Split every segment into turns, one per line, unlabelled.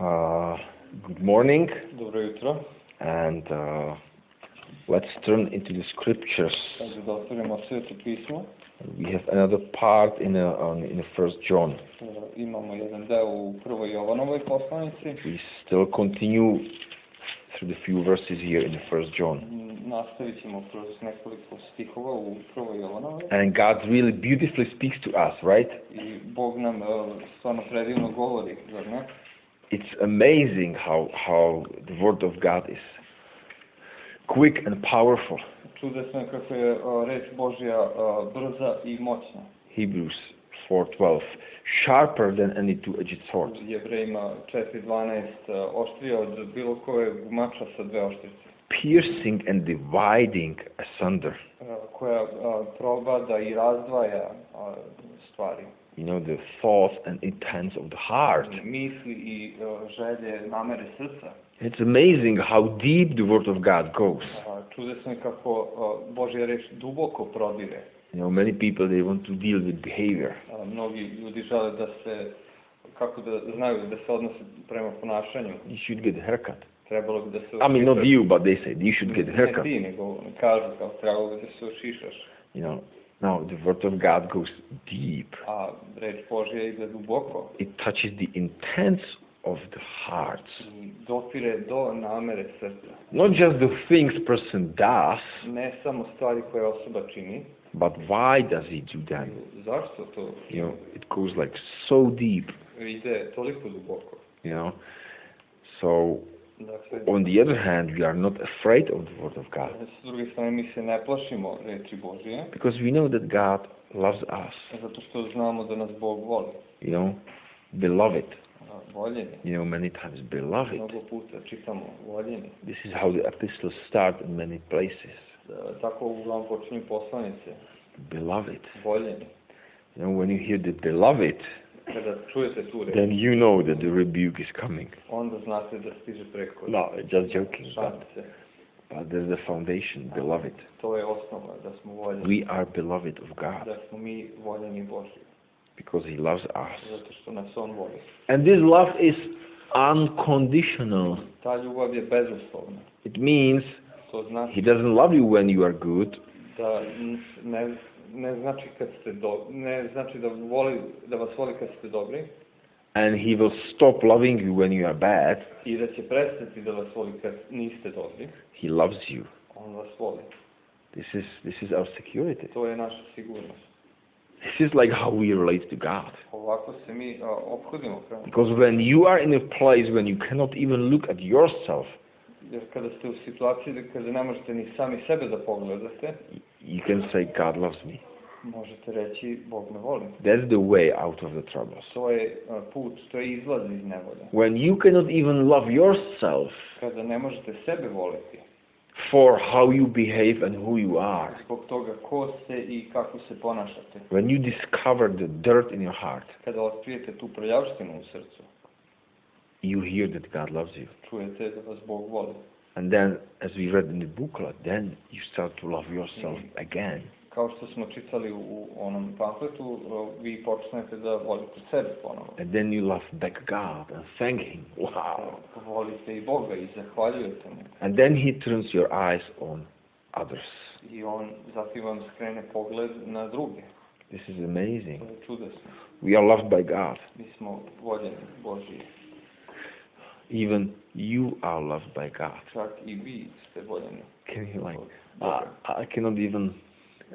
Uh, good morning,
Dobro jutro.
and uh, let's turn into the scriptures.
Sad da otvorimo sveto pismo.
We have another part in uh on, in First John.
E, Imamo jedan deo u prvoj Jovanovoj poslanici.
We still continue through the few verses here in First John,
M, Nastavit ćemo kroz nekoliko stihova u prvoj Jovanovoj.
and God really beautifully speaks to us, right?
I Bog nam e, stvarno predivno govori, zar ne?
It's amazing how how the Word of God is quick and powerful.
Čudesno je kako je e, reč Božja e, brza i moćna.
Hebrews 4:12, sharper than any two-edged sword.
U Jevrejima 4.12 e, oštrija od bilo koje gumača sa dve oštrice.
piercing and dividing asunder.
e, koja e, probada i razdvaja e, stvari.
You know, the thoughts and intents of the heart.
misli i e, želje, namere srca.
It's amazing how deep the Word of God goes.
A, Čudesno je kako e, Božja reč duboko prodire.
You know, many people, they want to deal with behavior.
A, Mnogi ljudi žele da se, kako da znaju da se odnose prema ponašanju.
You should get a haircut.
Trebalo bi da se...
I mean, not you, but they said you should get a
Ne
haircut.
ti, nego kažu kao trebalo bi da se ošišaš.
You know, no, the Word of God goes deep.
A reč Božja ide duboko
It touches the intents of the hearts.
i dopire do namere srca.
Not just the things person does,
Ne samo stvari koje osoba čini.
but why does he do them?
Zašto to
You know, it goes like so deep.
ide toliko duboko?
You know, so
Dakle,
on the other hand, we are not afraid of the Word of God
S druge strane, mi se ne plašimo reči Božije,
because we know that God loves us.
zato što znamo da nas Bog voli.
You know, beloved.
A, Voljeni.
You know, many times beloved.
Mnogo puta čitamo voljeni.
This is how the epistles start in many places.
E, Tako uglavnom počinju poslanice.
Beloved.
Voljeni.
You know, when you hear the beloved,
Kada čujete tu reč,
then you know that the rebuke is coming.
onda znate da stiže preko.
No, I'm just joking. da. But,
Šalice.
but there's the foundation, beloved.
To je osnova, da smo voljeni.
We are beloved of God
Da smo mi voljeni Božji.
because He loves us.
Zato što nas On voli.
And this love is unconditional.
Ta ljubav je bezuslovna.
It means
To znači
He doesn't love you when you are good.
da n- ne, ne znači kad ste do, ne znači da voli da vas voli kad ste dobri
and he will stop loving you when you are bad.
i da će prestati da vas voli kad niste dobri,
He loves you.
on vas voli.
This is this is our security.
To je naša sigurnost.
This is like how we relate to God.
Ovako se mi a, ophodimo prema.
Because when you are in a place when you cannot even look at yourself,
Jer kada ste u situaciji da kada ne možete ni sami sebe da pogledate,
you can say God loves me.
možete reći Bog me voli.
That's the way out of the troubles.
To je a, put, to je izlaz iz nevolje.
When you cannot even love yourself
Kada ne možete sebe voliti,
for how you behave and who you are,
zbog toga ko ste i kako se ponašate.
when you discover the dirt in your heart,
Kada otkrijete tu prljavštinu u srcu,
you hear that God loves you.
čujete da vas Bog voli.
And then, as we read in the booklet, then you start to love yourself again.
Kao što smo čitali u onom pamfletu, e, vi počnete da volite sebe ponovo.
And then you love back God and thank Him. Wow.
Volite i Boga i zahvaljujete mu.
And then He turns your eyes on others.
I on zatim vam skrene pogled na druge.
This is
To
amazing.
je čudesno.
We are loved by God.
Mi smo voljeni Božji.
Even you are loved by God.
Čak i vi ste voljeni.
Can you like? ah,
od
I,
Boga.
I cannot even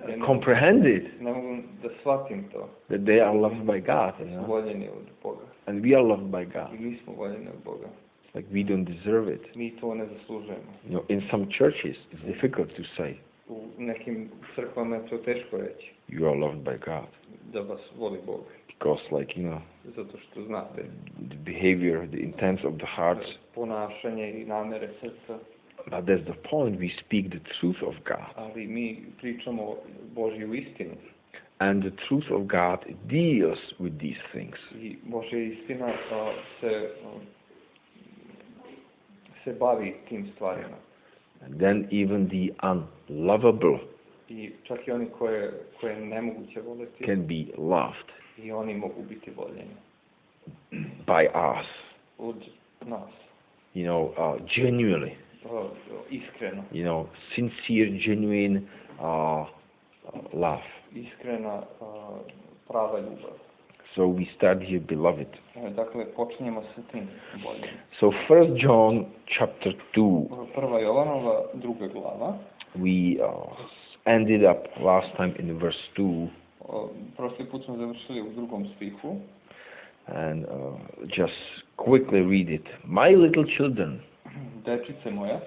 Ja ne-
comprehend it
Ne mogu da shvatim to.
that they are loved by God, you
Smo
know?
voljeni od Boga.
and we are loved by
I
God.
mi smo voljeni od Boga.
Like we don't deserve it.
Mi to ne zaslužujemo.
You know, in some churches, it's difficult to say
U nekim crkvama je to teško reći.
you are loved by God
Da vas voli Bog.
because, like you know,
Zato što znate
the behavior, the intents of the hearts
ponašanje i namere srca,
But that's the point. We speak the truth of God.
ali mi pričamo Božju istinu
And the truth of God deals with these things.
i Božja istina a, se a, se bavi tim stvarima
And then even the unlovable
i čak i oni koje, koje je nemoguće voleti
can be loved
i oni mogu biti voljeni
by us.
od nas.
you know, uh, genuinely,
Vrlo iskreno.
you know, sincere, genuine uh, uh, love.
Iskrena a, prava ljubav.
So we start here, beloved.
E, Dakle, počinjemo sa tim boljim.
So First John chapter two,
Prva Jovanova, druga glava.
we uh, ended up last time in verse two,
O, Prošli put smo završili u drugom stihu.
and uh, just quickly read it. My little children,
Dečice moja,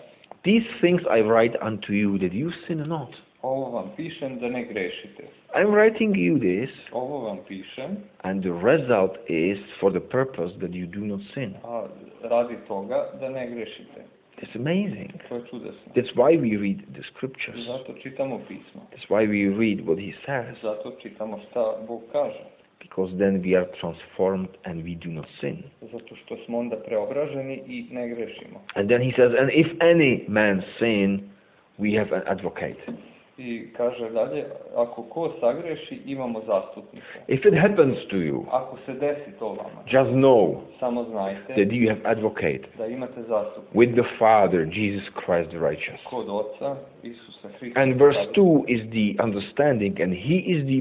these things I write unto you that you sin not.
ovo vam pišem da ne grešite.
I'm writing you this,
Ovo vam pišem,
and the result is for the purpose that you do not sin.
a radi toga da ne grešite.
It's amazing.
To je čudesno.
That's why we read the scriptures.
Zato čitamo pismo.
That's why we read what he says,
Zato čitamo šta Bog kaže.
because then we are transformed and we do not sin.
Zato što smo onda preobraženi i ne grešimo.
And then he says, and if any man sin, we have an advocate.
I kaže dalje, ako ko sagreši, imamo zastupnika.
If it happens to you,
Ako se desi to vama,
just know
samo znajte
that you have advocate
da imate zastupnika
with the Father, Jesus Christ the righteous.
kod Oca, Isusa Hrista.
And verse 2 is the understanding, and he is the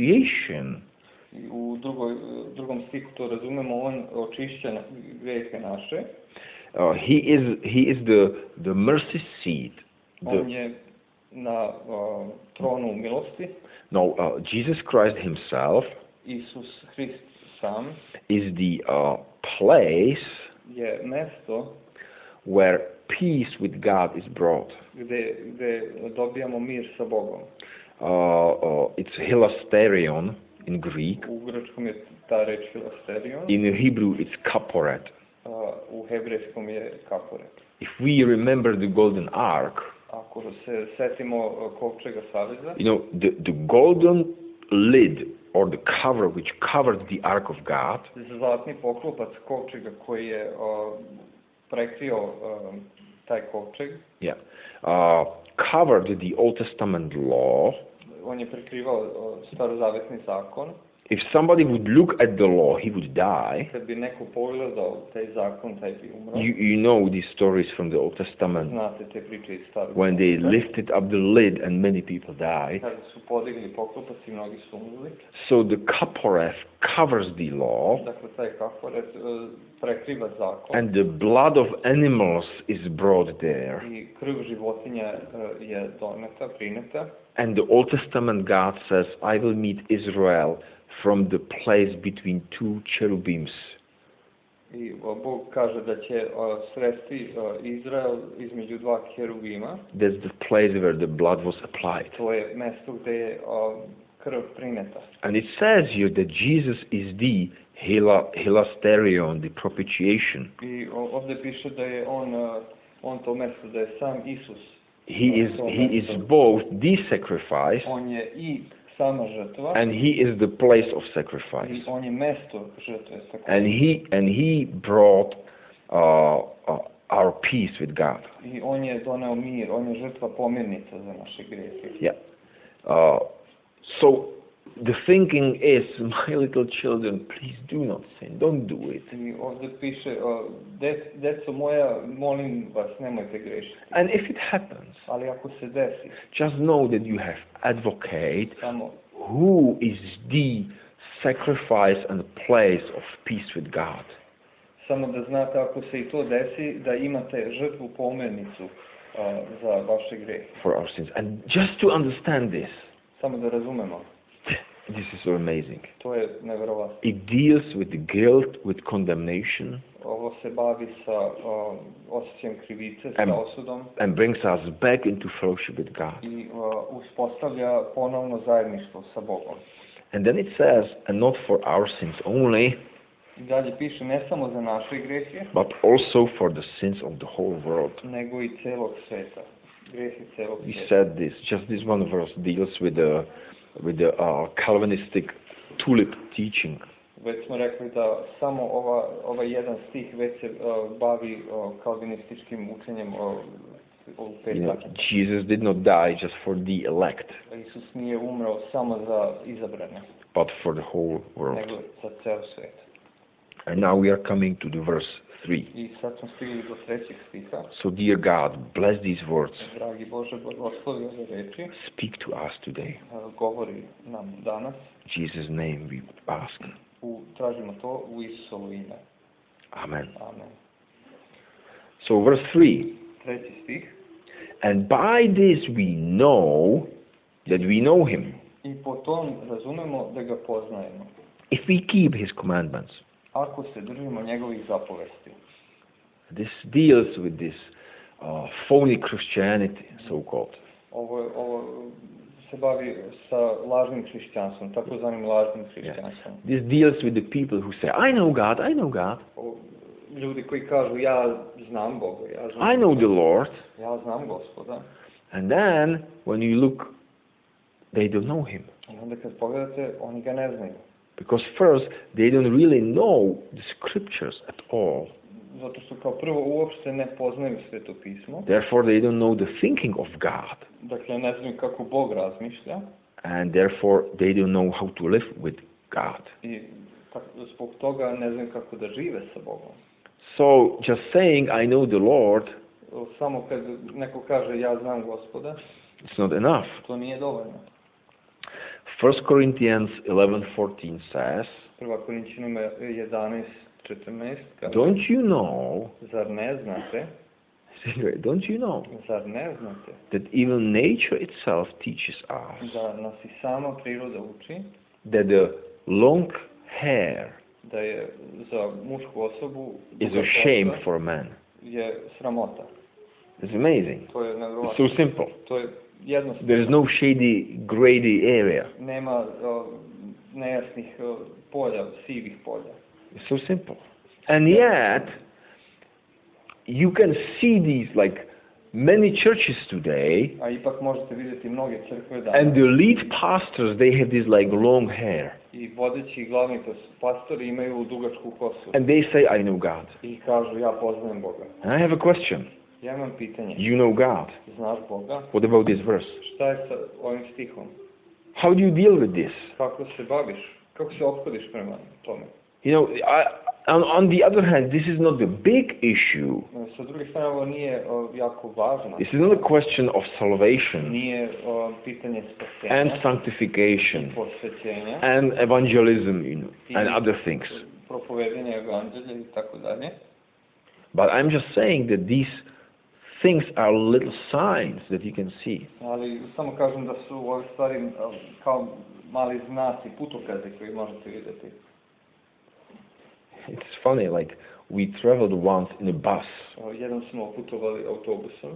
propitiation.
I U drugoj, drugom stiku to razumemo, on očišća na- grijehe naše,
Uh, he is he is the the mercy seat.
on
The,
je na a, tronu milosti,
no, uh, Jesus Christ himself
Isus Hrist sam
is the uh, place
je mesto
where peace with God is brought.
gde, gde dobijamo mir sa Bogom.
Uh, uh, it's hilasterion in Greek.
U grčkom je ta reč filasterion,
In Hebrew, it's kaporet.
a u hebrejskom je kapore.
If we remember the golden ark,
Ako se setimo a, Kovčega saveza,
you know, the, the golden lid or the cover which covered the ark of God
zlatni poklopac Kovčega koji je a, prekrio a, taj Kovčeg,
yeah, uh, covered the Old Testament law.
on je prekrivao e, starozavetni zakon.
If somebody would look at the law, he would die.
Kad bi neko pogledao taj zakon, taj bi umro.
You, you know these stories from the Old Testament
Znate te priče iz starog
when they
Zaveta.
lifted up the lid and many people died.
Kada su podigli poklopac i mnogi su umrli.
So the kaporeth covers the law.
Dakle, taj kaforet e, prekriva zakon
and the blood of animals is brought there.
i krv životinja e, je doneta, prineta.
And the Old Testament God says, I will meet Israel from the place between two cherubims.
I e, Bog kaže da će e, sresti e, Izrael između dva kerubima.
That's the place where the blood was applied.
To je mesto gde je e, krv prineta.
And it says here that Jesus is the hila- hilasterion, the propitiation.
I o- ovdje piše da je on, e, on to mesto, da je sam Isus.
He is, he is both the sacrifice
On je i sama žrtva
and he is the place of
i
sacrifice.
on je mesto žrtve. Tako.
And he, and he brought uh, uh, our peace with God.
da. I on je doneo mir, on je žrtva pomirnica za naše grijehe.
Yeah. Uh, so the thinking is, my little children, please do not sin. Don't do it.
I ovdje piše, o, "Dec- deco moja, molim vas, nemojte grešiti.
And if it happens,
Ali ako se desi,
just know that you have advocate
samo
who is the sacrifice and place of peace with God.
Samo da znate ako se i to desi, da imate žrtvu pomirnicu a, za vaše grehe.
For our sins. And just to understand this,
Samo da razumemo,
this is so amazing.
to je nevjerovatno.
It deals with the guilt, with condemnation,
Ovo se bavi sa a, osjećajem krivice,
Em.
sa osudom
and brings us back into fellowship with God.
i a, uspostavlja ponovno zajedništvo sa Bogom.
And then it says, and not for our sins only,
I dalje piše ne samo za naše grehe,
but also for the sins of the whole world.
nego i celog sveta. Grehe celog
We
sveta.
said this, just this one verse deals with the, with the uh, Calvinistic tulip teaching.
Već smo rekli da samo ova, ovaj jedan stih već se a, bavi a, kalvinističkim učenjem o, o
You know,
petak.
Jesus did not die just for the elect,
Isus nije umrao samo za izabrane,
but for the whole world.
nego za ceo svet.
And now we are coming to the verse 3.
I sad smo stigli do trećeg stiha.
So, dear God, bless these words.
Dragi Bože, blagoslovi ove reči, e,
Speak to us today.
govori nam danas,
In Jesus' name we ask.
u, tražimo to u Isusovo ime.
Amen.
Amen.
So, verse 3
Treći stih.
And by this we know that we know him,
I po tom razumemo da ga poznajemo.
if we keep his commandments.
Ako se držimo njegovih zapovesti.
This deals with this uh, phony Christianity, so called.
Ovo, je- ovo se bavi sa lažnim hrišćanstvom, takozvanim lažnim hrišćanstvom.
This deals with the people who say, I know God, I know God,
O- Ljudi koji kažu ja znam Boga, ja znam,
I know the Lord.
ja znam gospoda.
And then when you look, they don't know him.
I onda kad pogledate, oni ga ne znaju.
Because first, they don't really know the scriptures at all.
Zato što kao prvo uopšte ne poznaju sveto pismo.
Therefore, they don't know the thinking of God.
Dakle, ne znaju kako Bog razmišlja.
And therefore, they don't know how to live with God.
I tak- zbog toga ne znaju kako da žive sa Bogom.
So, just saying, I know the Lord,
Samo kad neko kaže ja znam gospoda,
it's not enough.
to nije dovoljno.
1 Corinthians 11:14 says,
Prva Korinčanima 11.14 kaže,
Don't you know,
zar ne znate,
don't you know
zar ne znate
that even nature itself teaches us
da nas i sama priroda uči
that the long hair
da je za mušku osobu
is
duga
a shame
kosa
for a man?
je sramota.
It's amazing.
To je
It's
nevjerovatno.
so simple.
To je jednostavno.
There is no shady, grady area.
Nema o, nejasnih o, polja, sivih polja.
It's so simple. And yet, you can see these like many churches today,
A ipak možete vidjeti mnoge crkve da
and the lead pastors they have this like long hair,
i vodeći i glavni pas- pastori imaju dugačku kosu.
and they say, "I know God."
I kažu ja poznajem Boga.
And I have a question.
Ja imam pitanje.
You know God.
Znaš Boga?
What about this verse?
Šta je sa ovim stihom?
How do you deal with this?
Kako se baviš? Kako se obhodiš prema tome?
You know, I, on, on the other hand, this is not the big issue.
E, Sa druge strane, ovo nije o, jako važno.
This is not a question of salvation
Nije o, pitanje
and
spasenja,
sanctification
posvećenja,
and evangelism you know, and other things.
propovedanja evanđelja i tako dalje.
But I'm just saying that these things are little signs that you can see.
Ali samo kažem da su ove stvari e, kao mali znaci, putokaze koji možete vidjeti.
It's funny, like we traveled once in a bus,
O, Jednom smo putovali autobusom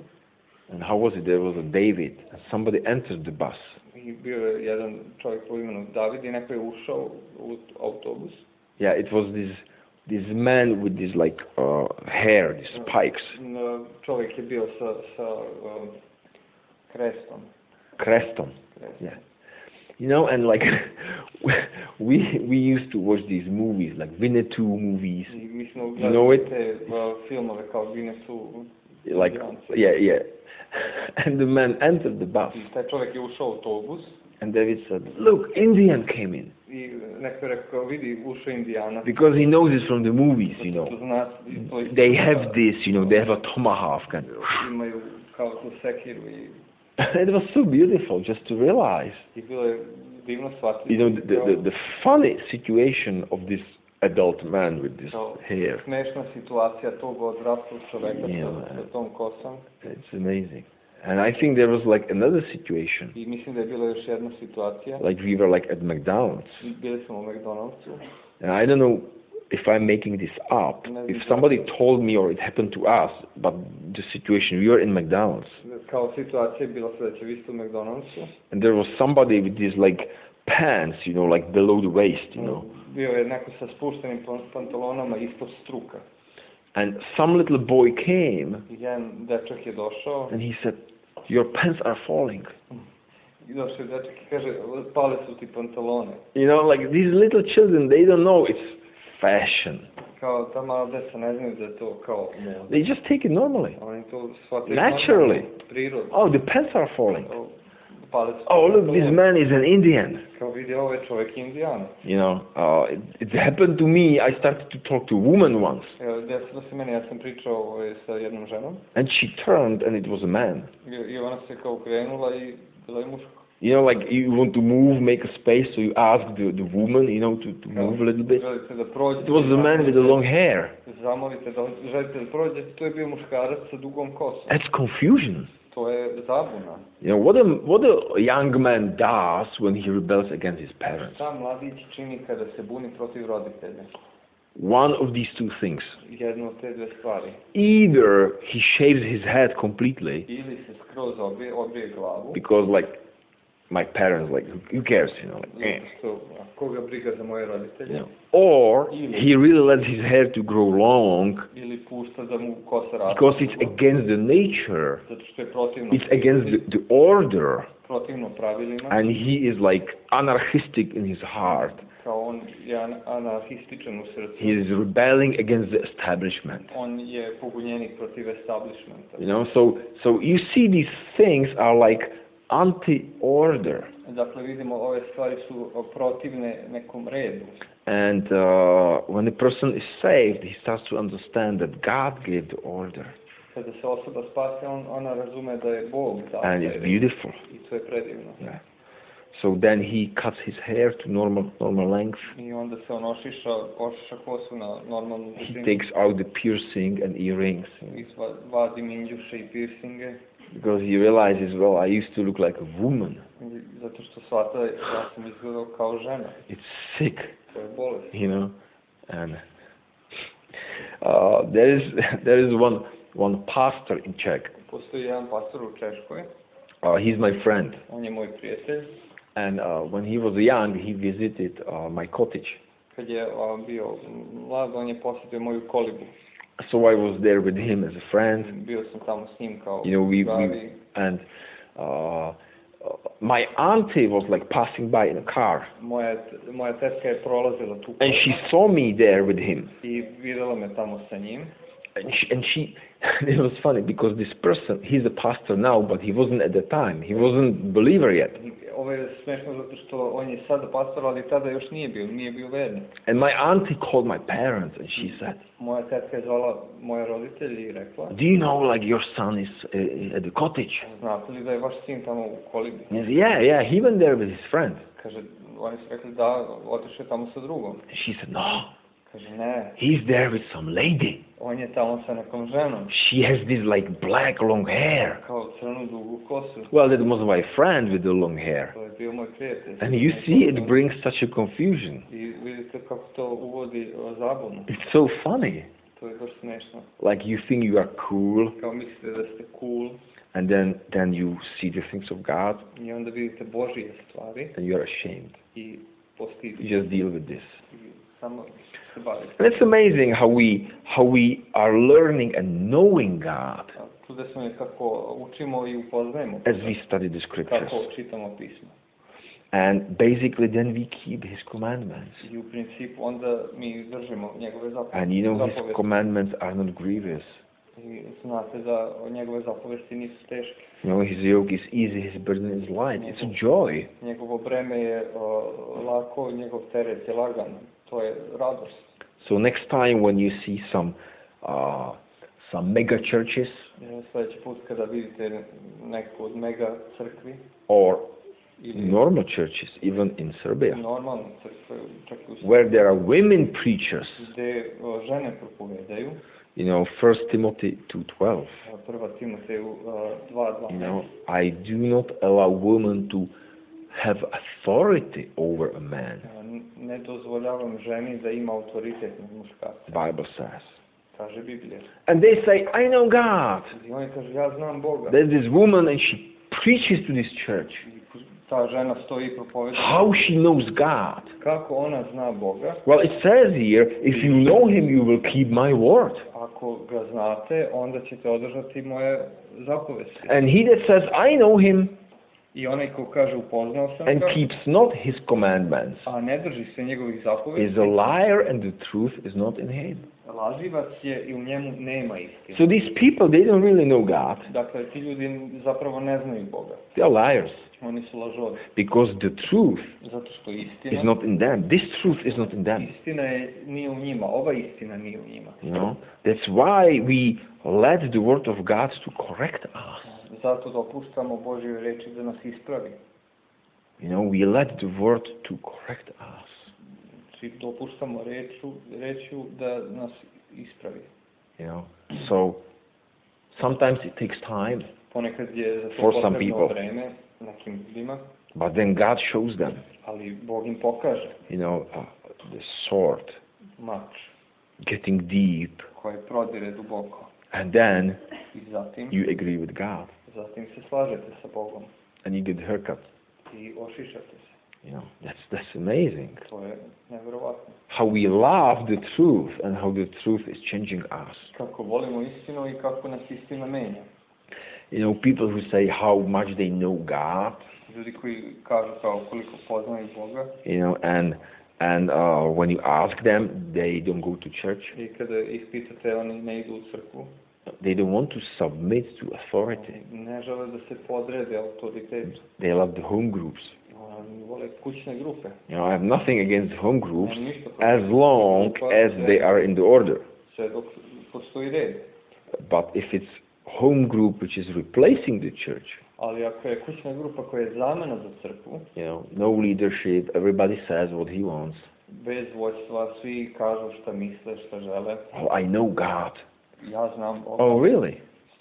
and how was it? There was a David, and somebody entered the bus,
i bio je jedan čovjek po imenu David i neko je ušao u autobus
Yeah, it was this this man with this like uh, hair, these spikes,
No, Mm, čovjek je bio sa, sa um, krestom.
Creston.
krestom.
Yeah, you know, and like we we used to watch these movies like Winnetou movies,
I mi smo
You know
gledali
it?
te uh, filmove kao Guinnessu
like yeah, yeah. And the man entered the bus,
i taj čovjek je ušao u autobus
and David said, "Look, Indian came in
i neko je rekao vidi ušao Indijana.
because he knows it from the movies, you
To
know.
zna, to je- da
They have this, you know, they have a tomahawk, and
Imaju kao tu sekiru i,
it was so beautiful just to realize."
i bilo je divno shvatiti. da
you know the, the, the, the funny situation of this adult man with this
kao-
hair
smešna situacija tog odraslog čovjeka
Yeah.
sa, sa tom kosom
it's amazing and i think there was like another situation
i mislim da je bila još jedna situacija
like we were like at mcdonald's
bili smo u McDonald'su
and i don't know if i'm making this up if somebody told me or it happened to us but the situation we were in mcdonald's
kao situacija je bila sledeća, vi ste u McDonald'su,
and there was somebody with these like pants you know like below the waist you know
bio je neko sa spuštenim pan- pantalonama ispod struka.
and some little boy came
I Jedan dečak je došao,
and he said your pants are falling
i došao je dečak i kaže, pale su ti pantalone.
You know, like these little children, they don't know it's fashion.
Kao ta mala deca ne znaju da je to kao moda.
They just take it normally.
Oni to shvataju
Naturally.
normalno, prirodno.
Oh, the pants are falling.
O, palec.
Oh, look, this man is an Indian.
Kao vidi, ovo je čovjek indijan.
You know, uh, it, it happened to me. I started to talk to a woman once,
Evo, Desilo se meni, ja sam pričao ovaj, sa jednom ženom
and she turned, and it was a man.
i, i ona se kao krenula i bila je muško.
You know, like you want to move, make a space, so you ask the, the woman, you know, to, to move a little bit.
Želite da prođete.
It was the man with the long hair.
Zamolite da želite da prođete, to je bio muškarac sa dugom kosom.
That's confusion.
To je zabuna.
You know, what a, what a young man does when he rebels against his parents.
Šta mladić čini kada se buni protiv roditelja?
One of these two things.
Jedno od te dve stvari.
Either he shaves his head completely,
Ili se skroz obrije, obrije glavu,
because like my parents, like who- who cares, you know, like eh,
zato što a, koga briga za moje roditelje,
you know. Or he really lets his hair to grow long
ili pušta da mu kosa raste.
because it's against the nature,
Zato što je protivno,
it's against the, the order,
protivno pravilima,
and he is like anarchistic in his heart.
kao on je an- anarhističan u srcu.
He is rebelling against the establishment.
On je pobunjenik protiv establishmenta.
You know, so so you see these things are like anti-order,
Dakle, vidimo, ove stvari su o, protivne nekom redu.
and uh, when a person is saved, he starts to understand that God gave the order,
Kada se osoba spase, on, ona razume da je Bog dao
and
taj
it's
red.
beautiful.
I to je predivno.
Yeah. So then he cuts his hair to normal normal length.
I onda se on ošiša, ošiša kosu na normalnu
He
dužinu.
takes out the piercing and earrings
Izva- vadi minđuše i piercinge.
because he realizes, well, I used to look like a woman.
Zato što shvata, ja sam izgledao kao žena.
It's sick,
To je bolest.
you know. And uh, there is there is one one pastor in Czech.
Postoji jedan pastor u Češkoj.
Uh, he's my friend,
On je moj prijatelj.
and uh, when he was young, he visited uh, my cottage.
Kad je a, bio mlad, on je posjetio moju kolibu.
So I was there with him as a friend,
Bio sam tamo s njim kao
You know, we- we-
pravi.
and uh, uh, my auntie was like passing by in a car.
Moja, t- moja tetka je prolazila tu
and she saw me there with him
i videla me tamo sa njim.
and she, and she it was funny because this person he's a pastor now but he wasn't at the time he wasn't believer yet
Ovo je smešno zato što on je sada pastor, ali tada još nije bio, nije bio vernik.
and my auntie called my parents and she said
Moja tetka je zvala moje roditelji i rekla,
do you know like your son is uh, at the cottage
znate li da je vaš sin tamo u kolibi?
and he said, yeah yeah he went there with his friend
Kaže, oni su rekli da, otišao je tamo sa drugom.
and she said no
Kaže, ne,
he's there with some lady
on je tamo sa nekom ženom,
she has this like black long hair
kao crnu dugu kosu.
well that was my friend with the long hair
To je bio moj prijatelj.
and you see it brings such a confusion
I vidite kako to uvodi o, zabunu.
it's so funny
To je baš smešno.
like you think you are cool
Kao mislite da ste cool
and then then you see the things of God
i onda vidite Božije stvari
and you're ashamed.
i postidite.
You just deal with this.
I Samo se bavite.
And it's amazing how we how we are learning and knowing God
A Čudesno je kako učimo i upoznajemo.
as we study the scriptures.
Kako čitamo pismo.
And basically then we keep his commandments.
I u principu onda mi držimo njegove zapo-
And you know his
zapovesti.
commandments are not grievous.
I znate da njegove zapovesti nisu teške.
You know his yoke is easy, his burden is light. It's a joy.
Njegovo breme je o, lako, njegov teret je lagan. To je radost.
So next time when you see some uh, some mega churches
E, Sljedeći put kada vidite neku od mega crkvi
or
ili
normal churches, even in Serbia,
normalnu crkvu, čak i u Srbiji,
where there are women preachers.
gde o, žene propovedaju,
You know, First Timothy two twelve.
a, prva Timoteju a, 2.2.
You know, I do not allow women to have authority over a man.
A, n- E, Ne dozvoljavam ženi da ima autoritet nad muškarcem,
The Bible says.
kaže Biblija.
And they say, I know God.
I oni kažu, ja znam Boga.
There's this woman and she preaches to this church.
I ta žena stoji i propoveda.
How she knows God?
Kako ona zna Boga?
Well, it says here, if you know Him, you will keep my word.
Ako ga znate, onda ćete održati moje zapovesti.
And he that says, I know Him,
I onaj ko kaže upoznao sam
and
ga,
keeps not His commandments,
a ne drži se njegovih zapovesti,
is a liar, and the truth is not in Him.
laživac je i u njemu nema istine.
So these people, they don't really know God.
Dakle, ti ljudi zapravo ne znaju Boga.
They are liars.
Oni su lažovi.
because the truth
Zato što
is
istina,
not in them. This truth is not in them.
istina je, nije u njima. Ova istina nije u njima.
You know, that's why we let the word of God to correct us.
Zato dopuštamo Božje reči da nas ispravi.
You know, we let the word to correct us.
Znači, dopuštamo reču, rečju da nas ispravi.
You know, so sometimes it takes time,
Ponekad je za to
For some
potrebno
people.
vreme nekim ljudima,
but then God shows them.
ali Bog im pokaže
You know, uh, the sword
mač
getting deep,
koji prodire duboko.
and then
I zatim,
you agree with God,
zatim se slažete sa Bogom
and you get a haircut.
i ošišate se.
You know, that's that's amazing.
To je nevjerovatno.
How we love the truth, and how the truth is changing us.
Kako volimo istinu i kako nas istina menja.
You know, people who say how much they know God.
Ljudi koji kažu kao koliko poznaju Boga
you know and and uh, when you ask them they don't go to church
i kada ih pitate oni ne idu u crkvu,
they don't want to submit to authority
ne žele da se podrede autoritetu.
they love the home groups
Oni vole kućne grupe.
you know i have nothing against home groups
Nemam ništa protiv
as long
grupa,
as
sve-
they are in the order
Sve dok postoji red.
but if it's home group which is replacing the church
Ali ako je kućna grupa koja je zamena za crkvu,
you know no leadership everybody says what he wants
bez vođstva, svi kažu šta misle, šta žele.
oh i know god
Ja znam Boga,
oh really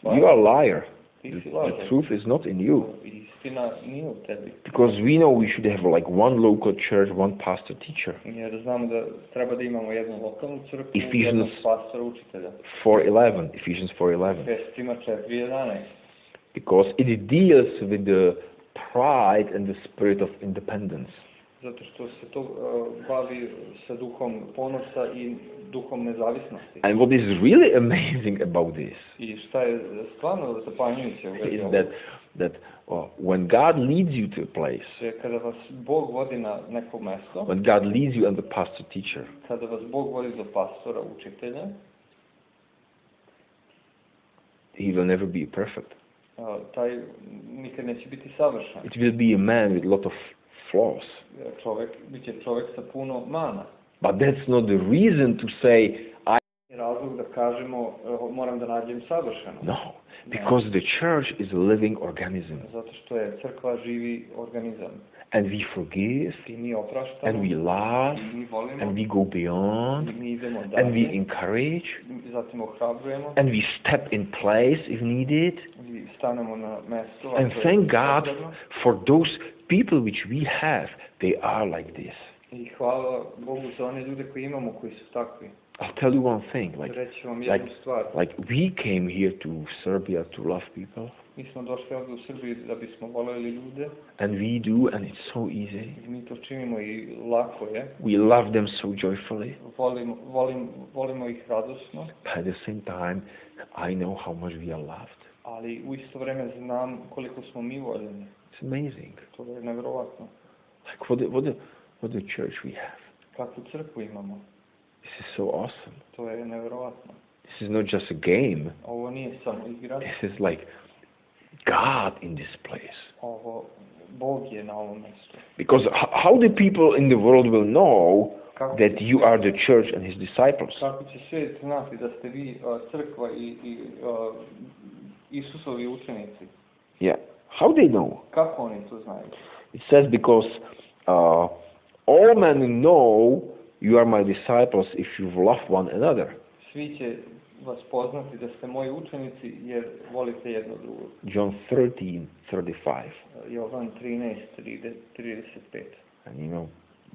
you are a liar
ti
the,
si
the
lažan.
truth is not in you
Istina nije u tebi.
because we know we should have like one local church one pastor teacher
Jer znamo da treba da imamo jednu lokalnu crkvu,
Ephesians.
jednog pastora učitelja.
4:11, Ephesians 4:11,
Vestima 4.11.
because it deals with the pride and the spirit of independence.
Zato što se to uh, bavi sa duhom ponosa i duhom nezavisnosti.
And what is really amazing about this
I šta je stvarno zapanjujuće u vezi
is
ovoga
that that uh, when God leads you to a place,
je kada vas Bog vodi na neko mesto,
when God leads you as a pastor teacher,
kada vas Bog vodi za pastora, učitelja, e,
he will never be perfect.
a, taj nikad neće biti savršen.
It will be a man with a lot of flaws.
Čovek, bit će čovek sa puno mana.
But that's not the reason to say I
I razlog da kažemo, e, moram da nađem savršeno.
no, because the church is a living organism,
Zato što je crkva živi organizam.
and we forgive,
I mi
and
opraštamo,
we love,
i mi
and
volimo,
we go
i
beyond,
mi idemo
and we
dalje,
encourage,
zatim ohrabrujemo,
and we step in place if needed.
i stanemo na mesto.
And
ako je
thank God
potrebno.
for those people which we have. They are like this.
I hvala Bogu za one ljude koje imamo, koji su takvi.
I'll tell you one thing. Like,
Reći vam jednu stvar.
like we came here to Serbia to love people,
Mi smo došli ovdje u Srbiji da bismo voljeli ljude
and we do, and it's so easy.
i mi to činimo i lako je.
We love them so joyfully.
Volimo, volim, volimo ih radosno,
But at the same time, I know how much we are loved.
ali u isto vreme znam koliko smo mi voljeni.
It's amazing.
To je nevjerovatno.
Like what a, what a, what a church we have.
Kakvu crkvu imamo,
This is so awesome.
to je nevjerovatno.
This is not just a game.
Ovo nije samo igra,
This is like God in this place.
ovo Bog je na ovom mjestu.
Because h- how the people in the world will know
Kako,
that you are the church and his disciples?
kako će svijet znati da ste vi a, crkva i, i a, Isusovi učenici?
Yeah. How they know?
Kako oni to znaju?
It says because uh, all men know you are my disciples if you love one another.
Svi će vas poznati da ste moji učenici jer volite jedno drugo. E,
John 13, 35.
Jovan 13, 35.
And you know,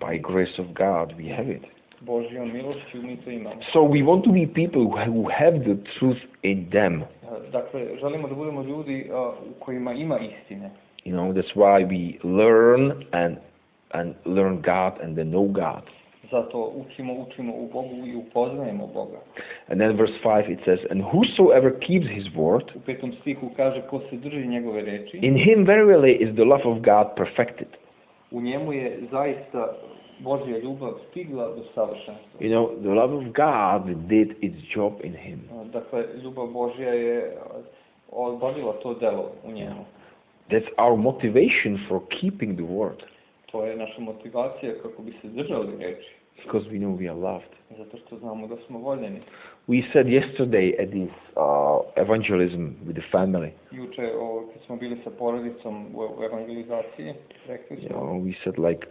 by grace of God we have it.
Božjom milošću mi to imamo.
So we want to be people who who have the truth in them.
E, Dakle, želimo da budemo ljudi a, u kojima ima istine.
You know, that's why we learn and and learn God and then know God.
Zato učimo, učimo u Bogu i upoznajemo Boga.
And then verse five it says, And whosoever keeps his word,
U petom stihu kaže ko se drži njegove reči,
in him verily is the love of God perfected.
u njemu je zaista Božja ljubav stigla do savršenstva.
You know, the love of God did its job in him.
E, Dakle, ljubav Božja je a, obavila to delo u njemu.
That's our motivation for keeping the word
To je naša motivacija kako bi se držali reči,
because we know we are loved.
zato što znamo da smo voljeni.
We said yesterday at this uh, evangelism with the family,
Juče o, kad smo bili sa porodicom u, u evangelizaciji, rekli
you
smo,
know, we said like,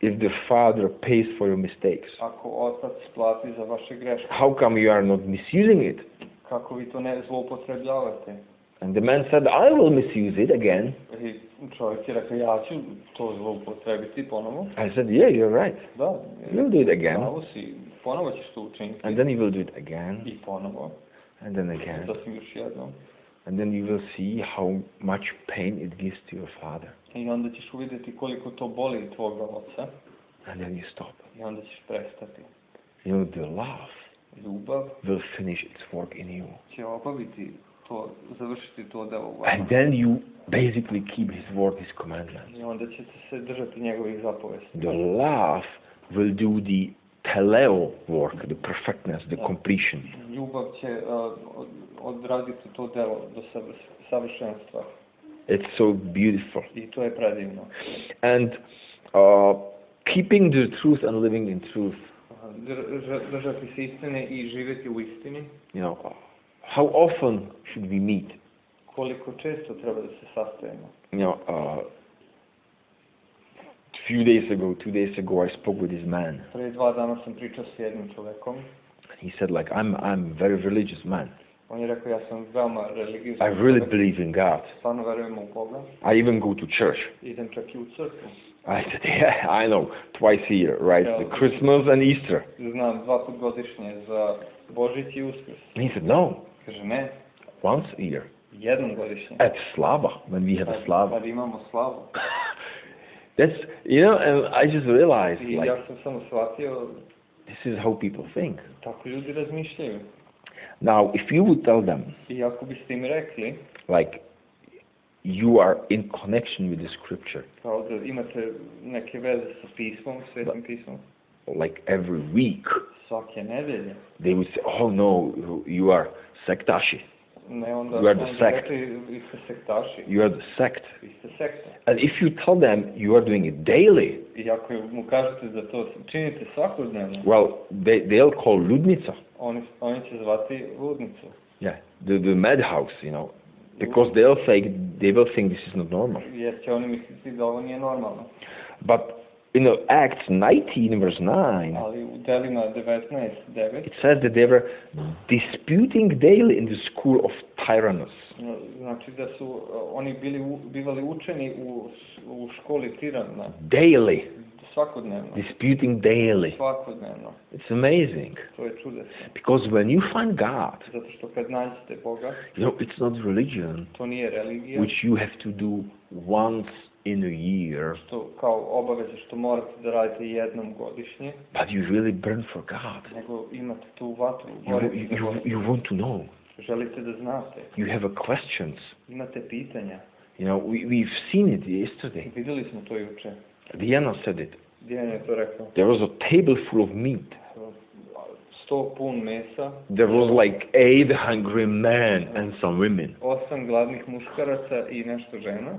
if the father pays for your mistakes,
ako otac plati za vaše greške,
how come you are not misusing it?
kako vi to ne zloupotrebljavate?
And the man said, I will misuse it again.
I čovjek je rekao, ja ću to zloupotrebiti ponovo.
I said, yeah, you're right.
Da,
You'll do it again.
pravo si, ponovo ćeš to učiniti.
And then you will do it again.
I ponovo,
And then
I
again.
zatim još jednom.
And then you will see how much pain it gives to your father.
I onda ćeš uvidjeti koliko to boli tvoga oca.
And then you stop.
I onda ćeš prestati.
You know, the love
Ljubav
will finish its work in you.
će obaviti to, završiti to delo u vama.
And then you basically keep his word, his commandment.
I onda ćete se držati njegovih zapovesti.
The love will do the teleo work, the perfectness, the completion.
Ljubav će uh, od- odraditi to delo do savr- savršenstva.
It's so beautiful.
I to je predivno.
And uh, keeping the truth and living in truth
Dr- Držati se istine i živjeti u istini.
you know, how often should we meet?
Koliko često treba da se sastajemo.
You know, uh, few days ago, two days ago, I spoke with this man.
Pre dva dana sam pričao s jednim čovekom.
He said, like, I'm, I'm a very religious man.
On je rekao, ja sam veoma religiozan.
I really
čovek,
believe in God.
Stvarno verujem u Boga.
I even go to church.
Idem čak i u crkvu.
I said, yeah, I know, twice a year, right? The Christmas and Easter.
Znam, dva put godišnje za Božić i Uskrs.
And he said, no,
Kaže, ne,
once a year
jednom godišnje.
at Slava, when we have a
Kad-
Slava.
Kad imamo slavu.
That's, you know, and I just realized,
I
like,
ja sam samo shvatio,
this is how people think.
tako ljudi razmišljaju.
Now, if you would tell them,
I ako biste im rekli,
like you are in connection with the scripture
kao da imate neke veze sa pismom, svetim
Da.
pismom,
like every week
svake nedelje,
they would say oh no you- you are sektashi
ne onda,
You are the
onda bi
sect.
rekli, vi ste sektaši,
you are the sect
vi ste sekta.
and if you tell them you are doing it daily
I ako mu kažete da to činite svakodnevno,
well they, they'll call ludnica
oni, oni će zvati ludnicu.
yeah the, the madhouse you know because they'll think they will think this is not normal
Jer će oni misliti da ovo nije normalno.
but you know acts 19 verse 9
Ali u delima 19.9
it says that they were disputing daily in the school of tyrannus
znači da su uh, oni bili u- bivali učeni u, u školi tirana
daily
svakodnevno.
disputing daily.
Svakodnevno.
It's amazing
To je čudesno.
because when you find God,
Zato što kad nađete Boga,
you know it's not religion
to nije religija,
which you have to do once in a year,
to kao obaveze što morate da radite jednom godišnje,
but you really burn for God.
nego imate tu vatru,
You,
borite
you,
za
you,
Boga.
you want to know.
Želite da znate,
You have a questions.
imate pitanja.
You know we we've seen it yesterday.
Vidjeli smo to juče.
Diana said it.
Dijan je to rekao.
There was a table full of meat.
Sto pun mesa,
There was like eight hungry men and some women,
osam gladnih muškaraca i nešto žena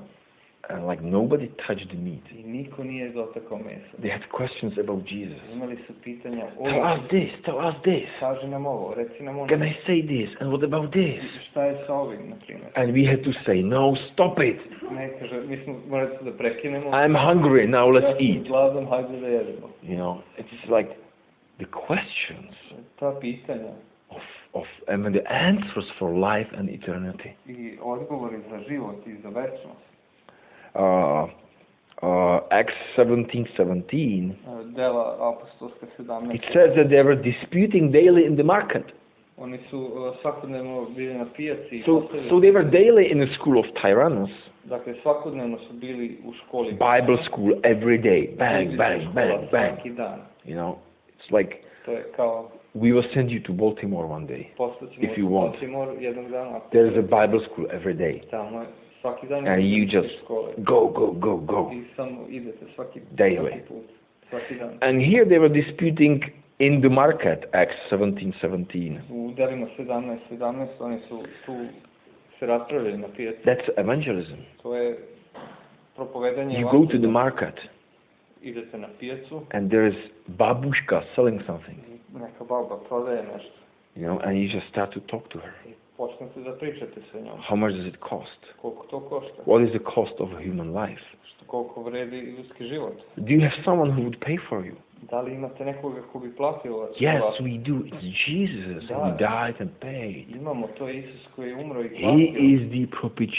and like nobody touched the meat.
i niko nije dotakao mesa.
They had questions about Jesus.
Imali su pitanja o
Tell us this. Tell us this.
kaži nam ovo, reci nam ono,
Can I say this? And what about this?
šta je sa ovim, na primjer.
And we had to say, no, stop it.
Ne, kaže, mi smo, morate da prekinemo,
I'm hungry. Now
ja
let's
sam
eat.
gladan, hajde da jedemo.
You know, it's like the questions
Ta pitanja
of, of and the answers for life and eternity.
i odgovori za život i za večnost.
Uh, uh, Acts 17, 17,
E, Dela apostolska 17.
it says that they were disputing daily in the market.
Oni su e, svakodnevno bili na pijaci. i
So,
postavili-
so they were daily in the school of Tyrannus,
Dakle, svakodnevno su bili u školi.
Bible school every day. Bang,
Bili su
bang, bang,
u školama
bang.
Svaki dan.
You know, it's like
To je kao
we will send you to Baltimore one day.
poslaćemo
If you
u
want.
Baltimore jednog dana.
There is a Bible school every day.
Tamo je svaki dan
And you
idete iz
just
škole.
Go, go, go, go.
I samo idete svaki,
Daily.
svaki put. Svaki dan.
And here they were disputing in the market, Acts 17:17.
U delima 17, 17 oni su tu se raspravljaju na pijaci.
That's evangelism.
To je propovedanje
You go
evanđelja.
to the market
idete na pijacu,
and there is babushka selling something,
neka baba prodaje nešto
you know, and you just start to talk to her.
i počnete da pričate sa njom.
How much does it cost?
Koliko to košta?
What is the cost of a human life?
Što, koliko vredi ljudski život?
Do you have someone who would pay for you?
Da li imate nekoga ko bi platio vas?
Yes,
Vas?
we do. It's Jesus who
Да.
died and paid.
Imamo, to je Isus koji je umro i
He
platio.
is the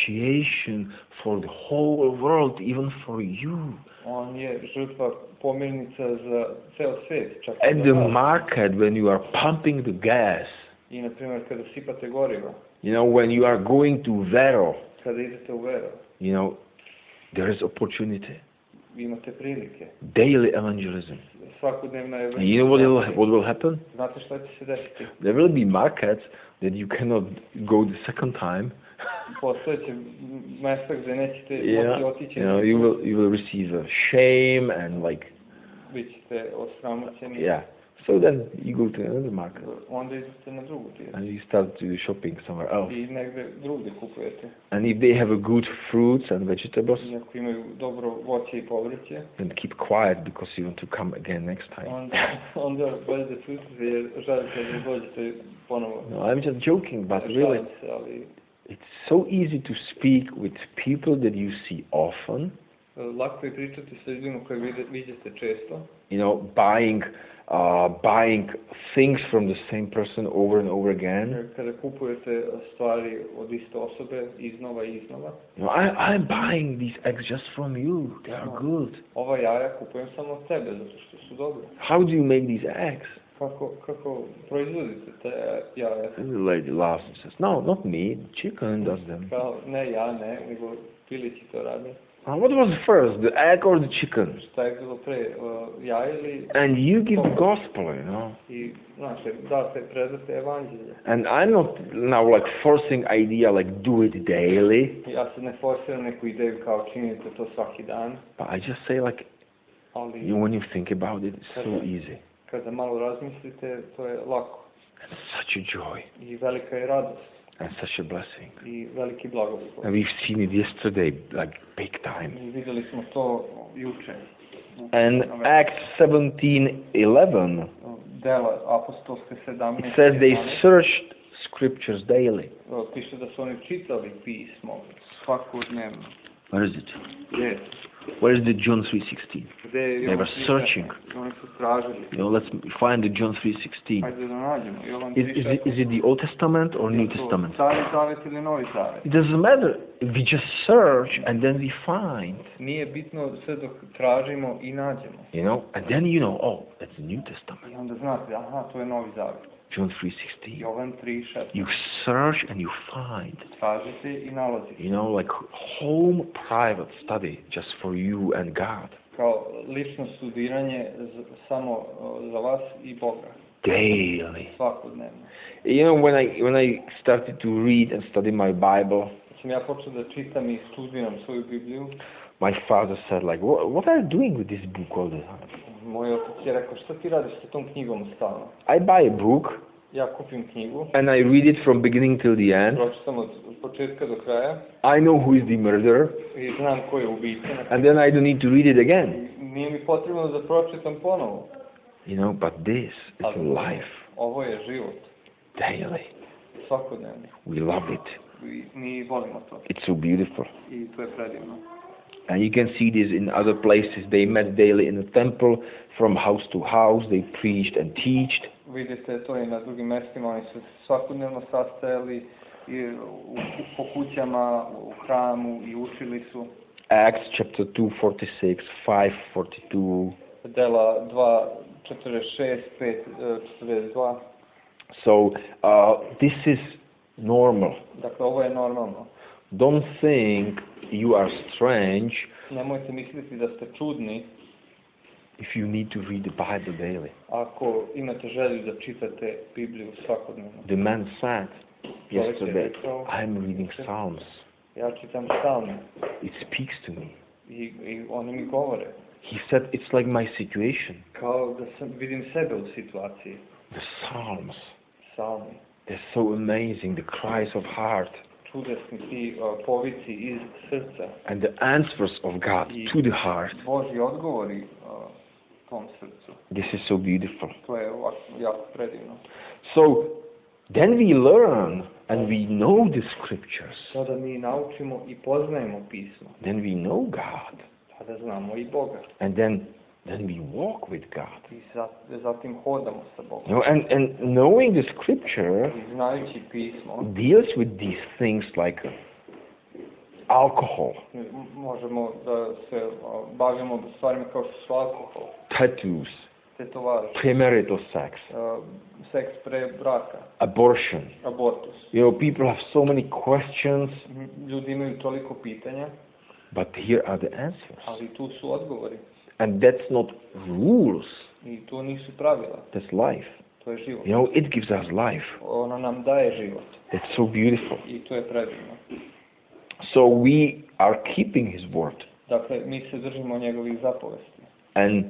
propitiation for the whole world, even for you.
On je žrtva pomirnica za ceo svet. Čak i
At
za
the
vas.
market, when you are pumping the gas,
I, na primjer, kada sipate gorivo,
you know, when you are going to Vero,
kada idete u veru,
you know, there is opportunity.
vi imate prilike.
Daily evangelism.
Svakodnevna je
And you know what will, what will happen?
Znate šta će se desiti?
There will be markets that you cannot go the second time.
Postojeće mesta gde nećete
Yeah,
moći otići.
you know, you will you will receive uh, shame and like
Bit ćete osramoćeni.
yeah. So then you go to another market
Onda idete na drugu pijacu.
and you start to do shopping somewhere else.
I negde drugde kupujete.
And if they have a good fruits and vegetables,
I ako imaju dobro voće i povrće,
then keep quiet because you want to come again next time.
onda, onda bolje da ćutite jer želite da dođete ponovo.
No, I'm just joking, but really,
Šalim se, ali
it's so easy to speak with people that you see often.
e, lako je pričati sa ljudima koje vide, viđete često.
You know, buying, uh, buying things from the same person over and over again.
Jer Kada kupujete stvari od iste osobe, iznova i iznova.
You know, I, I'm buying these eggs just from you. They are good.
Ova jaja kupujem samo od tebe, zato što su dobre.
How do you make these eggs?
Kako, kako proizvodite te jaja?
And the lady laughs and says, No, not me. Chicken does them.
Kao, ne ja, ne, nego pilići to rade.
Now, what was first, the egg or the chicken?
Šta je bilo pre, e, jaje ili
And you give the gospel, you know.
i, znaš, da se predate evanđelje.
And I'm not now like forcing idea like do it daily,
Ja se ne forsiram neku ideju kao činite to svaki dan,
but I just say like you,
ali
when you think about it, it's so easy.
kada malo razmislite, to je lako.
And such a joy
I velika je radost
and such a blessing.
i veliki blagoslov.
And we've seen it yesterday, like big time.
I vidjeli smo to juče.
And Acts 17:11,
Dela apostolske
it
17.
says they searched scriptures daily.
Piše da su oni čitali pismo svakodnevno.
Where is it?
Yes.
Where is the John 3:16?
Gde je
They
Jovan
were
priča?
searching.
Oni su tražili.
You know, let's find the John 3:16.
Hajde da nađemo. Jovan
Is, is, it, is it the Old Testament or New Testament?
Stari zavet ili novi zavet?
It doesn't matter. We just search and then we find.
Nije bitno sve dok tražimo i nađemo.
You know, and then you know, oh, that's the New Testament,
I onda znate, aha, to je novi zavet.
John 3:16.
Jovan 3.6.
You search and you find.
Tražite i nalazite.
You know, like home private study just for you and God.
Kao lično studiranje z- samo e, za vas i Boga.
Daily.
Svakodnevno.
You know, when I when I started to read and study my Bible,
Kad sam ja počeo da čitam i studiram svoju Bibliju,
my father said, like, what, what are you doing with this book all the time?
moj otac je rekao, šta ti radiš sa tom knjigom stalno?
I buy a book
Ja kupim knjigu,
and I read it from beginning till the end.
pročitam od od početka do kraja
I know who is the murderer,
i znam ko je ubica.
and then I don't need to read it again.
Nije mi potrebno da pročitam ponovo.
You know, but this is
Ali
life
Ovo je život,
daily.
svakodnevni.
We love it.
I mi volimo to
It's so beautiful.
i to je predivno.
And you can see this in other places. They met daily in the temple, from house to house. They preached and teached.
Vidite to i na drugim mestima, oni su se svakodnevno sastajali i u, po kućama, u hramu i učili su.
Acts chapter 2, 46, 5, 42.
Dela 2, 46, 5, 42.
So uh, this is normal.
Dakle, ovo je normalno.
Don't think you are strange
Nemojte misliti da ste čudni
if you need to read the Bible daily.
ako imate želju da čitate Bibliju svakodnevno.
The man said yesterday, I'm reading Psalms.
Ja čitam stalno
It speaks to me.
i, i oni mi govore.
He said, It's like my situation.
Kao da sam, vidim sebe u situaciji.
The Psalms,
Psalmi.
they're so amazing, the cries of heart.
čudesni ti uh, povici iz srca.
and the answers of God to the heart.
Božji odgovori uh, tom srcu.
This is so beautiful.
To je ovako jako predivno.
So then we learn and we know the scriptures.
Sada da mi naučimo i poznajemo pismo,
Then we know God.
tada znamo i Boga.
And then then we walk with God.
I za- zatim hodamo sa Bogom.
You know, and, and knowing the scripture
I znajući pismo,
deals with these things like alcohol,
m- možemo da se a, bavimo stvarima kao što su alkohol,
tattoos,
tetovaž,
premarital sex,
a, seks pre braka,
abortion.
abortus.
You know, people have so many questions,
Ljudi imaju toliko pitanja,
but here are the answers.
ali tu su odgovori
And that's not rules,
i tu nisu pravila,
that's life.
to je život.
You know, it gives us life.
Ono nam daje život
It's so beautiful.
i to je predivno.
So we are keeping His word.
Dakle, mi se držimo njegovih zapovesti.
And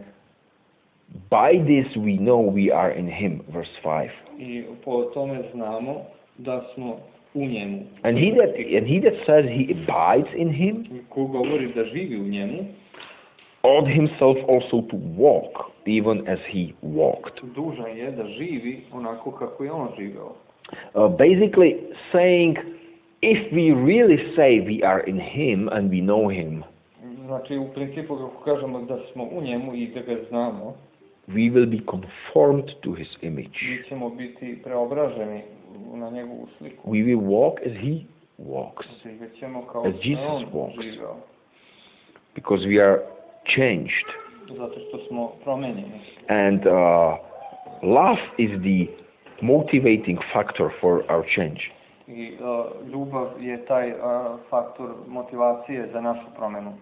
by this we know we are in Him, verse 5.
I po tome znamo da smo u njemu.
And he that and he that says he abides in him
Ko govori da živi u njemu,
ought himself also to walk even as he walked.
dužan je da živi onako kako je on živeo.
Uh, basically saying if we really say we are in him and we know him,
Znači, u principu kako kažemo da smo u njemu i da ga znamo,
we will be conformed to his image.
mi ćemo biti preobraženi na njegovu sliku.
We will walk as he walks
Živjet ćemo kao
As
što je on
Jesus walks.
živeo.
because we are changed.
Zato što smo promenjeni.
And uh, love is the motivating factor for our change.
I uh, ljubav je taj uh, faktor motivacije za našu promenu.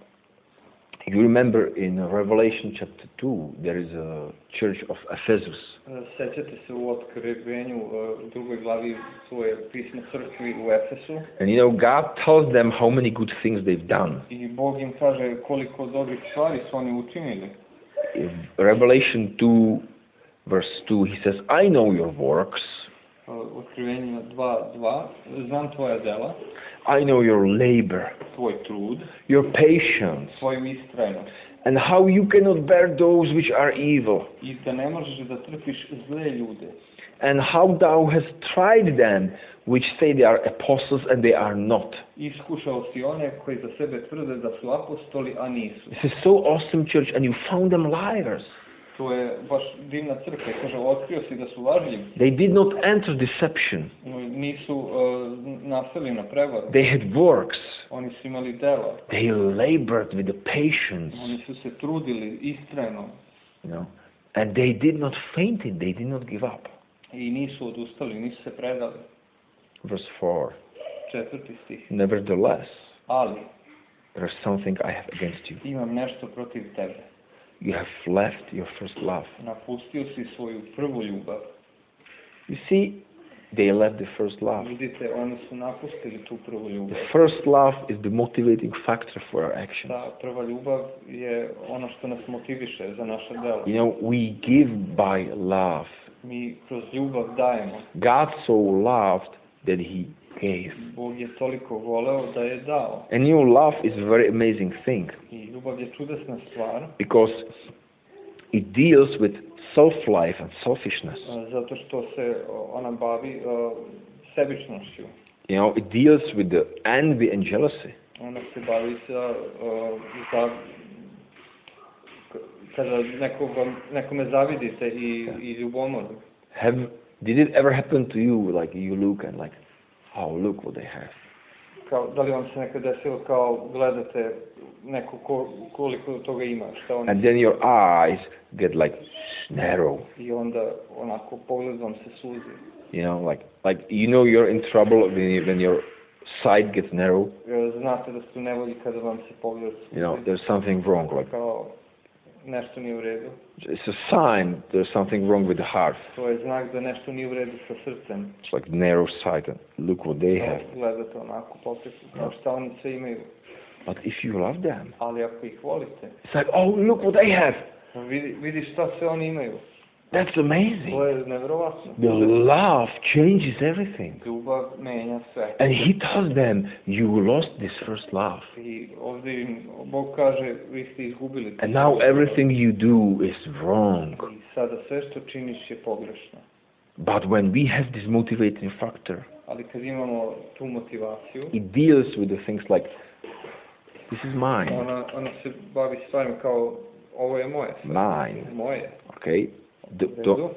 You remember in Revelation chapter 2, there is a church of Ephesus.
E, Sećate se u otkrivenju e, u drugoj glavi svoje pismo crkvi u Efesu
And you know, God tells them how many good things they've done.
i Bog im kaže koliko dobrih stvari su oni učinili. E,
In Revelation 2, verse 2, he says, I know your works,
Uh, Otkrivenje 2.2 Znam tvoja dela,
I know your labor,
tvoj trud,
your patience,
tvoju istrajnost
and how you cannot bear those which are evil,
i da ne možeš da trpiš zle ljude
and how thou hast tried them which say they are apostles and they are not.
Iskušao si one koji za sebe tvrde da su apostoli, a nisu.
This is so awesome, church, and you found them liars.
To je baš divna crkva. i Kaže, otkrio si da su varljivi.
They did not enter deception,
Nisu uh, naseli na prevaru.
they had works.
Oni su imali dela.
they labored with the patience,
Oni su se trudili istrajno
you know, and they did not faint it, they did not give up.
i nisu odustali, nisu se predali.
Verse 4
Četvrti stih.
Nevertheless,
Ali
there is something I have against you.
imam nešto protiv tebe.
You have left your first love.
Napustio si svoju prvu ljubav.
You see, they left the first love.
Vidite, oni su napustili tu prvu
The
ljubav.
first love is the motivating factor for our actions.
Ta prva ljubav je ono što nas motiviše za naše dela.
You know, we give by love.
Mi kroz ljubav dajemo.
God so loved that He gave.
Bog je toliko voleo da je dao.
And you know, love is a very amazing thing
I ljubav je čudesna stvar, e,
because it deals with self life and selfishness.
zato što se o, ona bavi e, sebičnošću.
You know, it deals with the envy and jealousy.
Ona se bavi sa, e, za, kada nekoga, nekome zavidite i, i ljubomoru.
Have did it ever happen to you? Like you look and like, oh look what they have.
Kao, da li vam se nekad desilo kao gledate neko ko, koliko toga ima, šta on
And then your eyes get like narrow.
i onda onako pogled vam se suzi.
You know, like like you know you're in trouble when you, when your sight gets narrow.
E, Znate da ste u nevolji kada vam se pogled
You know,
suzi.
there's something wrong. Like
kao nešto nije u redu.
it's a sign there's something wrong with the heart.
To je znak da nešto nije u redu sa srcem.
It's like narrow sighted. Look what they have.
Gledate onako poteku,
Da.
kao šta oni sve imaju.
But if you love them,
Ali ako ih volite,
it's like oh look what they have.
vidi, vidi šta sve oni imaju.
That's amazing.
To je nevjerovatno.
The love changes everything.
Ljubav menja sve.
And he tells them, You lost this first love.
I ovdje im Bog kaže, vi ste izgubili. tu
And now
ljubav.
everything you do is wrong.
I sada sve što činiš je pogrešno.
But when we have this motivating factor,
Ali kad imamo tu motivaciju,
it deals with the things like, This is mine,
ona, ona se bavi stvarima kao, ovo je moje. sve.
mine,
Moje.
okay? D-
U
do-
redu?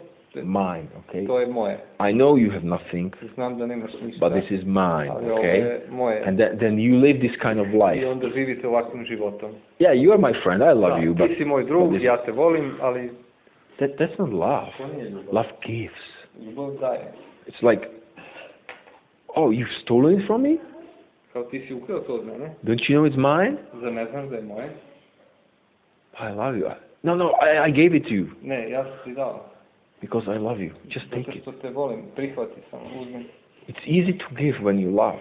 mine, okay?
To je moje.
I know you have nothing,
Znam da nemaš ništa,
but this is mine,
ali ovo
okay?
je moje.
And then, then you live this kind of life.
I onda živite ovakvim životom.
Yeah, you are my friend, I love
Da,
you, but
Ti si moj drug,
but this-
ja te volim, ali
that, that's not love.
to nije ljubav.
Love gives.
Ljubav daje.
It's like, oh, you've stolen it from me?
Kao ti si ukrao to od mene,
Don't you know it's mine? Oh,
za ne znaš da je moje.
I love you. No, no, I, I gave it to you
Ne, ja sam ti dao.
because I love you. Just take
Zato
it.
što te volim, prihvati samo, uzmi.
It's easy to give when you love.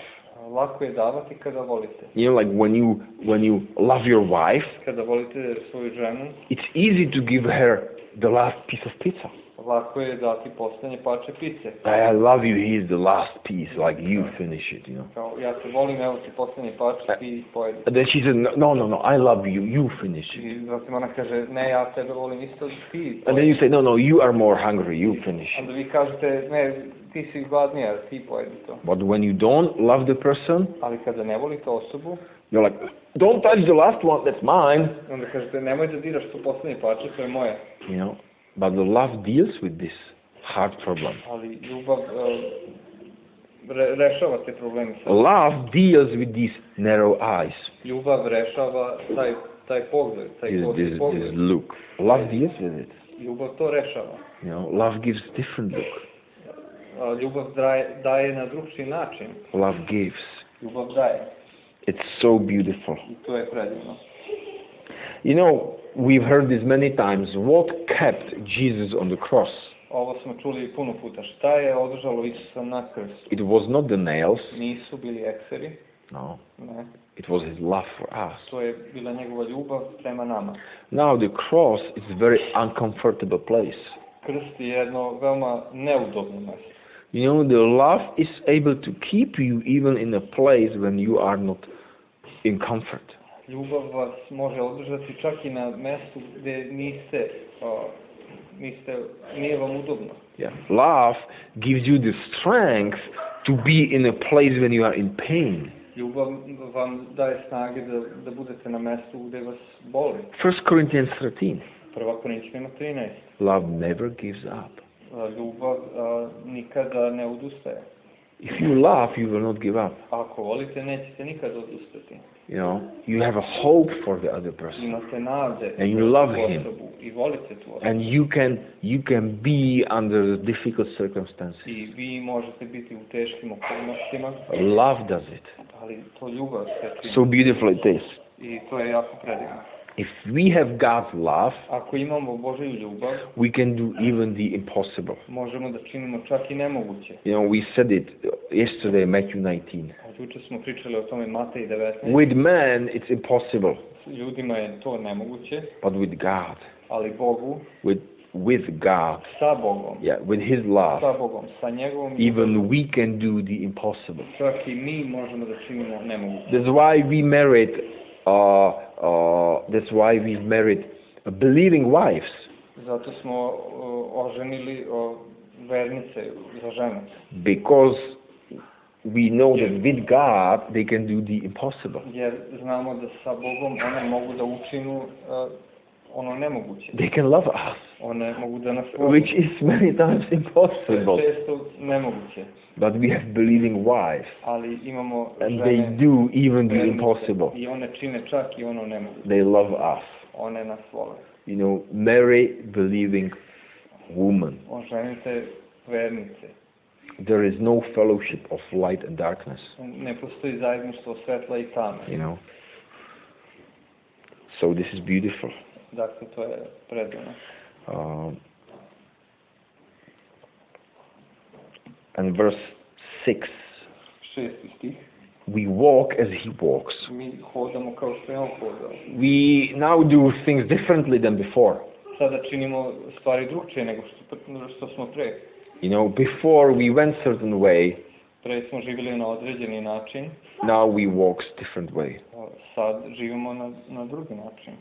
Lako je davati kada volite.
You know, like when you when you love your wife,
Kada volite svoju ženu,
it's easy to give her the last piece of pizza.
lako je dati poslednje pače pice.
I I love you. Here's the last piece. Like you finish it. You know.
Kao, ja te volim, evo ti poslednje pače, ti pojedi.
And then she says, no, no, no, no. I love you. You finish it.
I zatim ona kaže, ne, ja tebe volim isto, ti
And then you
pojedi.
say, no, no, you are more hungry. You finish it.
Onda vi kažete, ne, ti si gladnija, ti pojedi to.
But when you don't love the person,
Ali kada ne volite osobu,
you're like, don't touch the last one. That's mine.
onda kažete, nemoj da diraš to poslednje pače, to je moje.
You know. But the love deals with this hard problem.
Ali ljubav e, re, rešava te probleme.
Love deals with these narrow eyes,
Ljubav rešava taj, taj pogled, taj
this,
gotski
this, this
pogled.
look. Love deals with it.
Ljubav to rešava.
You know, love gives different look.
A Ljubav daje, daje na drugčiji način.
Love gives.
Ljubav daje.
It's so beautiful.
I to je predivno.
You know, we've heard this many times. What kept Jesus on the cross?
Ovo smo čuli puno puta. Šta je održalo Isusa na krstu?
It was not the nails.
Nisu bili ekseri.
No,
Ne.
it was his love for us.
To je bila njegova ljubav prema nama.
Now the cross is a very uncomfortable place.
Krst je jedno veoma neudobno mesto.
You know, the love is able to keep you even in a place when you are not in comfort.
Ljubav vas može održati čak i na mestu gde niste, a, niste, nije vam udobno.
Yeah. Love gives you the strength to be in a place when you are in pain.
Ljubav vam daje snage da, da budete na mestu gde vas boli.
1 Corinthians 13.
Prva Korinčanima 13.
Love never gives up.
A, Ljubav a, nikada ne odustaje.
If you love, you will not give up.
Ako volite, nećete nikada odustati.
You know, you have a hope for the other person,
Imate nade
And you love
tu
him.
osobu i volite tu osobu.
and you can you can be under the difficult circumstances.
I vi možete biti u teškim okolnostima,
Love does it
ali to ljubav se čini.
so beautiful it is.
I to je jako predivno.
If we have God's love,
Ako imamo Božju ljubav,
we can do even the impossible.
možemo da činimo čak i nemoguće.
You know, we said it yesterday, Matthew 19.
A Juče smo pričali o tome Matej 19.
With man, it's impossible,
Ljudima je to nemoguće,
but with God,
ali Bogu,
with with God,
sa Bogom,
yeah, with His love,
sa Bogom, sa njegovom ljubavlju,
even we can do the impossible.
čak i mi možemo da činimo nemoguće.
That's why we married. Uh, uh, that's why we married believing wives.
Zato smo o, oženili o, vernice za žene.
because we know that with God they can do the impossible.
Jer znamo da sa Bogom one mogu da učinu e, ono nemoguće.
They can love us,
One mogu da nas vole.
which is many times
To je
impossible.
često nemoguće.
But we have believing wives,
Ali imamo
and
žene
they do even the
vernice
impossible.
I one čine čak i ono nemoguće.
They love us.
One nas vole.
You know, Mary, believing woman.
Oženite vernice.
There is no fellowship of light and darkness.
Ne postoji zajedništvo svetla i tame.
You know. So this is beautiful.
Dakle, to je predano.
Um, and verse six.
Šesti stih.
we walk as he walks.
Mi hodamo kao što je on hodao.
We now do things differently than before.
sada činimo stvari drugčije nego što, što smo pre.
You know, before we went certain way,
Pre smo živjeli na određeni način,
now we walk different way.
a sad živimo na, na drugi način.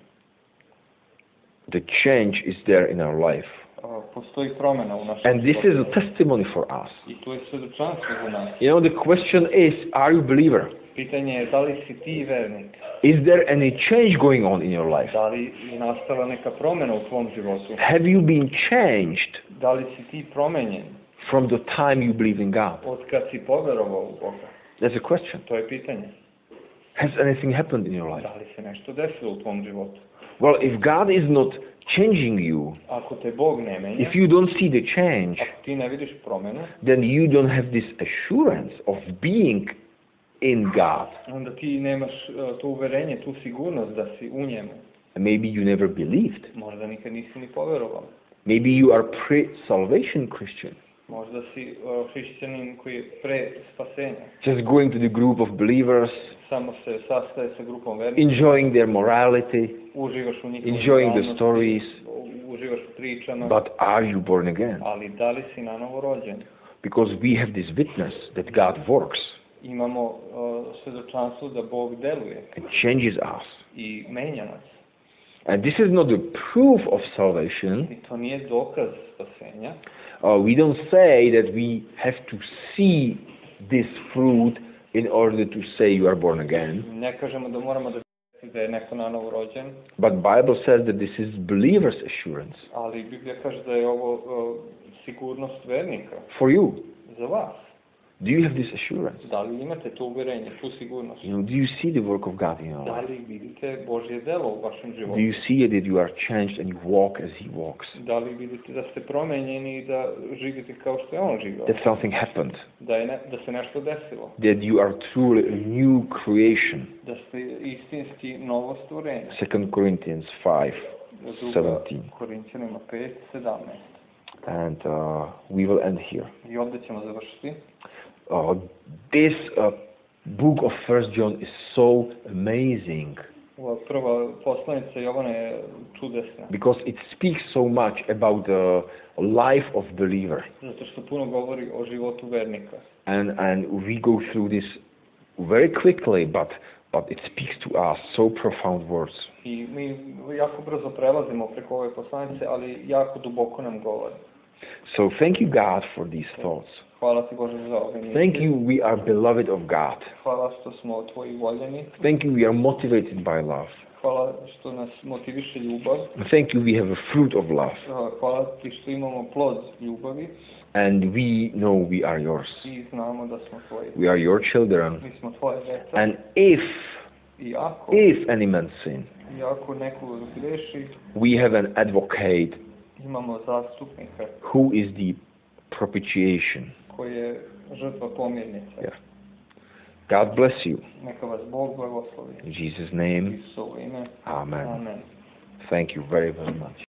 The change is there in our life.
A, Postoji promjena u našem
And this is
životu.
a testimony for us.
I to je svedočanstvo za nas.
You know, the question is, are you a believer?
Pitanje je da li si ti vernik?
Is there any change going on in your life?
Da li je nastala neka promjena u tvom životu?
Have you been changed
Da li si ti promenjen
from the time you believe in God?
od kad si poverovao u Boga?
That's a question.
To je pitanje.
Has anything happened in your life?
Da li se nešto desilo u tvom životu?
Well, if God is not changing you,
Ako te Bog ne menja,
if you don't see the change,
ako ti ne vidiš promjenu,
then you don't have this assurance of being in God.
onda ti nemaš e, to uverenje, tu sigurnost da si u njemu.
And maybe you never believed.
Možda nikad nisi ni poverovao.
Maybe you are pre-salvation Christian,
Možda si e, hrišćanin koji je pre spasenja.
just going to the group of believers,
Samo se sastaje sa grupom vernika,
enjoying their morality,
uživaš u njihovom
enjoying the
stalnosti,
stories.
u- uživaš u pričama,
But are you born again?
ali da li si nanovo rođen?
Because we have this witness that God works
Imamo e, svedočanstvo da Bog deluje
and changes us.
i menja nas.
And this is not the proof of salvation.
I to nije dokaz spasenja,
Uh, we don't say that we have to see this fruit in order to say you are born again.
ne kažemo da moramo da da je neko nanovo rođen,
But Bible says that this is believer's assurance
ali Biblija kaže da je ovo e, sigurnost vernika
for you.
za vas.
Do you have this assurance?
Da li imate to uverenje, tu sigurnost?
You know, do you see the work of God in your
Da
life?
li vidite Božje delo u vašem
Do
životu?
you see that you are changed and you walk as He walks?
Da li vidite da ste promenjeni i da živite kao što je on živio?
That something happened.
Da, je ne- da se nešto desilo?
That you are truly a new creation.
Da ste istinski novo stvorenje?
Second Corinthians five
Druga
seventeen.
Korinćanima 5, 17.
And uh, we will end here.
I ovdje ćemo završiti.
Uh, this uh, book of First John is so amazing
Ova prva poslanica Jovana je čudesna,
because it speaks so much about the life of believer.
zato što puno govori o životu vernika.
and and we go through this very quickly, but but it speaks to us so profound words.
I mi jako brzo prelazimo preko ove poslanice, ali jako duboko nam govori.
So thank you, God, for these thoughts.
Hvala ti Bože za ove misli.
Thank you, we are beloved of God.
Hvala što smo tvoji voljeni.
Thank you, we are motivated by love.
Hvala što nas motiviše ljubav.
And Thank you, we have a fruit of love,
Hvala ti što imamo plod ljubavi
and we know we are yours.
i znamo da smo tvoji.
We are your children.
Mi smo tvoje djeca.
And if
I ako,
if any man sin,
i ako neko zgreši,
we have an advocate
imamo zastupnika
who is the propitiation.
koji je žrtva pomirnica.
Yeah. God bless you.
Neka vas Bog blagoslovi.
In Jesus' name,
Isusovo ime.
Mm. Amen.
Amen.
Thank you very, very much.